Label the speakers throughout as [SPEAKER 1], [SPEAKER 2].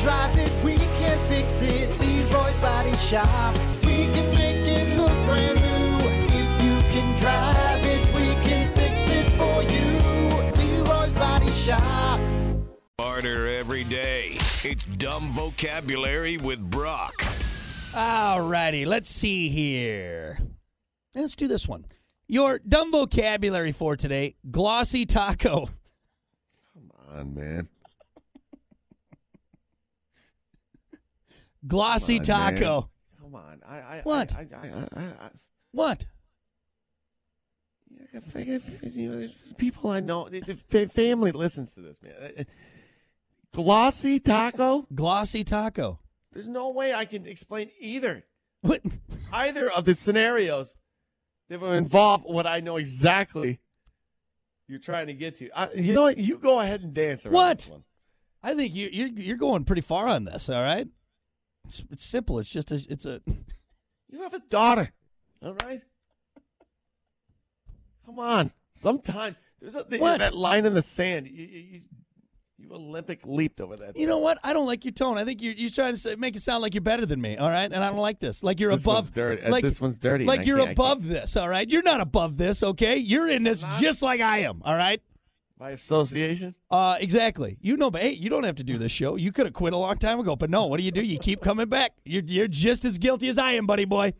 [SPEAKER 1] drive it, we can fix it. Leroy's Body Shop. We can make it look brand new. If you can drive it, we can fix it for you. Leroy's Body Shop.
[SPEAKER 2] Harder every day. It's dumb vocabulary with Brock.
[SPEAKER 3] All righty, let's see here. Let's do this one. Your dumb vocabulary for today glossy taco.
[SPEAKER 4] on, man.
[SPEAKER 3] Glossy
[SPEAKER 4] Come on,
[SPEAKER 3] taco.
[SPEAKER 4] man. Come on. I, I,
[SPEAKER 3] What?
[SPEAKER 4] I, I, I, I, I,
[SPEAKER 3] What?
[SPEAKER 4] I think if- if, you know, if people I know, if- if fa- family listens to this, man. Uh, Glossy taco?
[SPEAKER 3] Glossy taco.
[SPEAKER 4] There's no way I can explain either
[SPEAKER 3] What?
[SPEAKER 4] either of the scenarios that will involve what I know exactly you're trying to get to. I, you know what? You go ahead and dance around
[SPEAKER 3] What?
[SPEAKER 4] this one.
[SPEAKER 3] I think you you're, you're going pretty far on this. All right. It's, it's simple. It's just a, it's a
[SPEAKER 4] You have a daughter, all right? Come on. Sometime there's a,
[SPEAKER 3] What?
[SPEAKER 4] that line in the sand. You, you, you, you Olympic leaped over that.
[SPEAKER 3] you know what? I don't like your tone. I think you're you're trying to say, make it sound like you're better than me. All right, and I don't like this. Like you're
[SPEAKER 4] This
[SPEAKER 3] above.
[SPEAKER 4] one's dirty. Uh,
[SPEAKER 3] Like
[SPEAKER 4] this one's dirty,
[SPEAKER 3] Like
[SPEAKER 4] and I
[SPEAKER 3] you're
[SPEAKER 4] can't- I
[SPEAKER 3] above this. All right, you're not above this. Okay, you're in this just like I am. All right.
[SPEAKER 4] by association.
[SPEAKER 3] Uh, exactly. You know, but hey, you don't have to do this show. You could have quit a long time ago, but no. What do you do? You keep coming back. You're you're just as guilty as I am, buddy boy.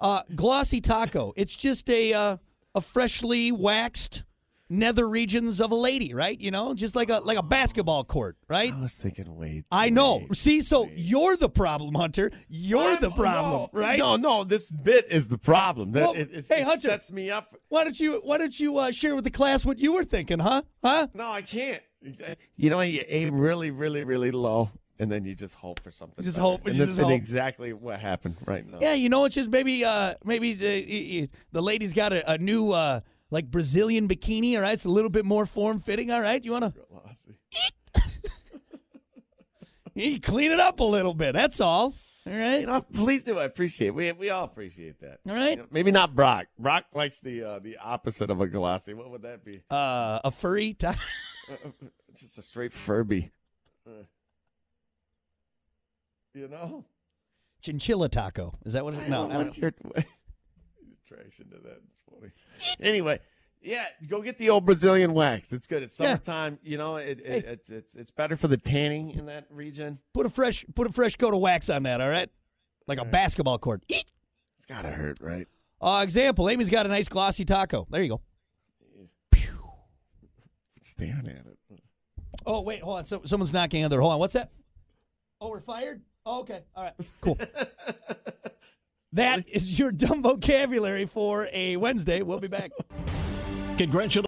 [SPEAKER 3] Uh, glossy taco. It's just a uh, a freshly waxed nether regions of a lady, right? You know, just like a like a basketball court, right?
[SPEAKER 4] I was thinking, wait.
[SPEAKER 3] I know.
[SPEAKER 4] wait.
[SPEAKER 3] See, so you're the problem, Hunter. You're
[SPEAKER 4] I'm-
[SPEAKER 3] the problem,
[SPEAKER 4] no,
[SPEAKER 3] right?
[SPEAKER 4] No, no, this bit is the problem. That
[SPEAKER 3] Well,
[SPEAKER 4] it, it,
[SPEAKER 3] hey,
[SPEAKER 4] it
[SPEAKER 3] Hunter.
[SPEAKER 4] sets me up.
[SPEAKER 3] Why don't you Why don't you uh, share with the class what you were thinking, huh? Huh?
[SPEAKER 4] No, I can't. You know, you aim really, really, really low, and then you just hope for something.
[SPEAKER 3] Just
[SPEAKER 4] better.
[SPEAKER 3] hope-
[SPEAKER 4] And
[SPEAKER 3] you
[SPEAKER 4] this
[SPEAKER 3] just
[SPEAKER 4] is
[SPEAKER 3] hope.
[SPEAKER 4] exactly what happened right now.
[SPEAKER 3] Yeah, you know, it's just maybe uh maybe uh, y- y- the lady's got a, a new uh like Brazilian bikini. All right, it's a little bit more form fitting. All right, you want to you clean it up a little bit. That's all. All
[SPEAKER 4] You
[SPEAKER 3] right.
[SPEAKER 4] know, please do. I appreciate. We we all appreciate that.
[SPEAKER 3] All right.
[SPEAKER 4] You know, maybe not Brock. Brock likes the uh, the opposite of a glossy. What would that be?
[SPEAKER 3] Uh, a furry. T-
[SPEAKER 4] Just a straight Furby. Uh, you know.
[SPEAKER 3] Chinchilla taco. Is that what it No, I don't
[SPEAKER 4] what's your attraction to that? It's funny. Anyway, yeah, go get the old Brazilian wax. It's good. It's
[SPEAKER 3] Yeah.
[SPEAKER 4] summertime. You know, it, it,
[SPEAKER 3] Hey.
[SPEAKER 4] it's it's it's better for the tanning in that region.
[SPEAKER 3] Put a fresh put a fresh coat of wax on that, all right? Like a basketball court. Eek.
[SPEAKER 4] It's gotta hurt, right?
[SPEAKER 3] Uh, example, Amy's got a nice glossy taco. There you go.
[SPEAKER 4] Staring at it.
[SPEAKER 3] Oh, wait, hold on. So, someone's knocking on their Hold on. What's that? Oh, we're fired? Oh, okay. All right. Cool. that is your dumb vocabulary for a Wednesday. We'll be back.
[SPEAKER 2] Congratulations.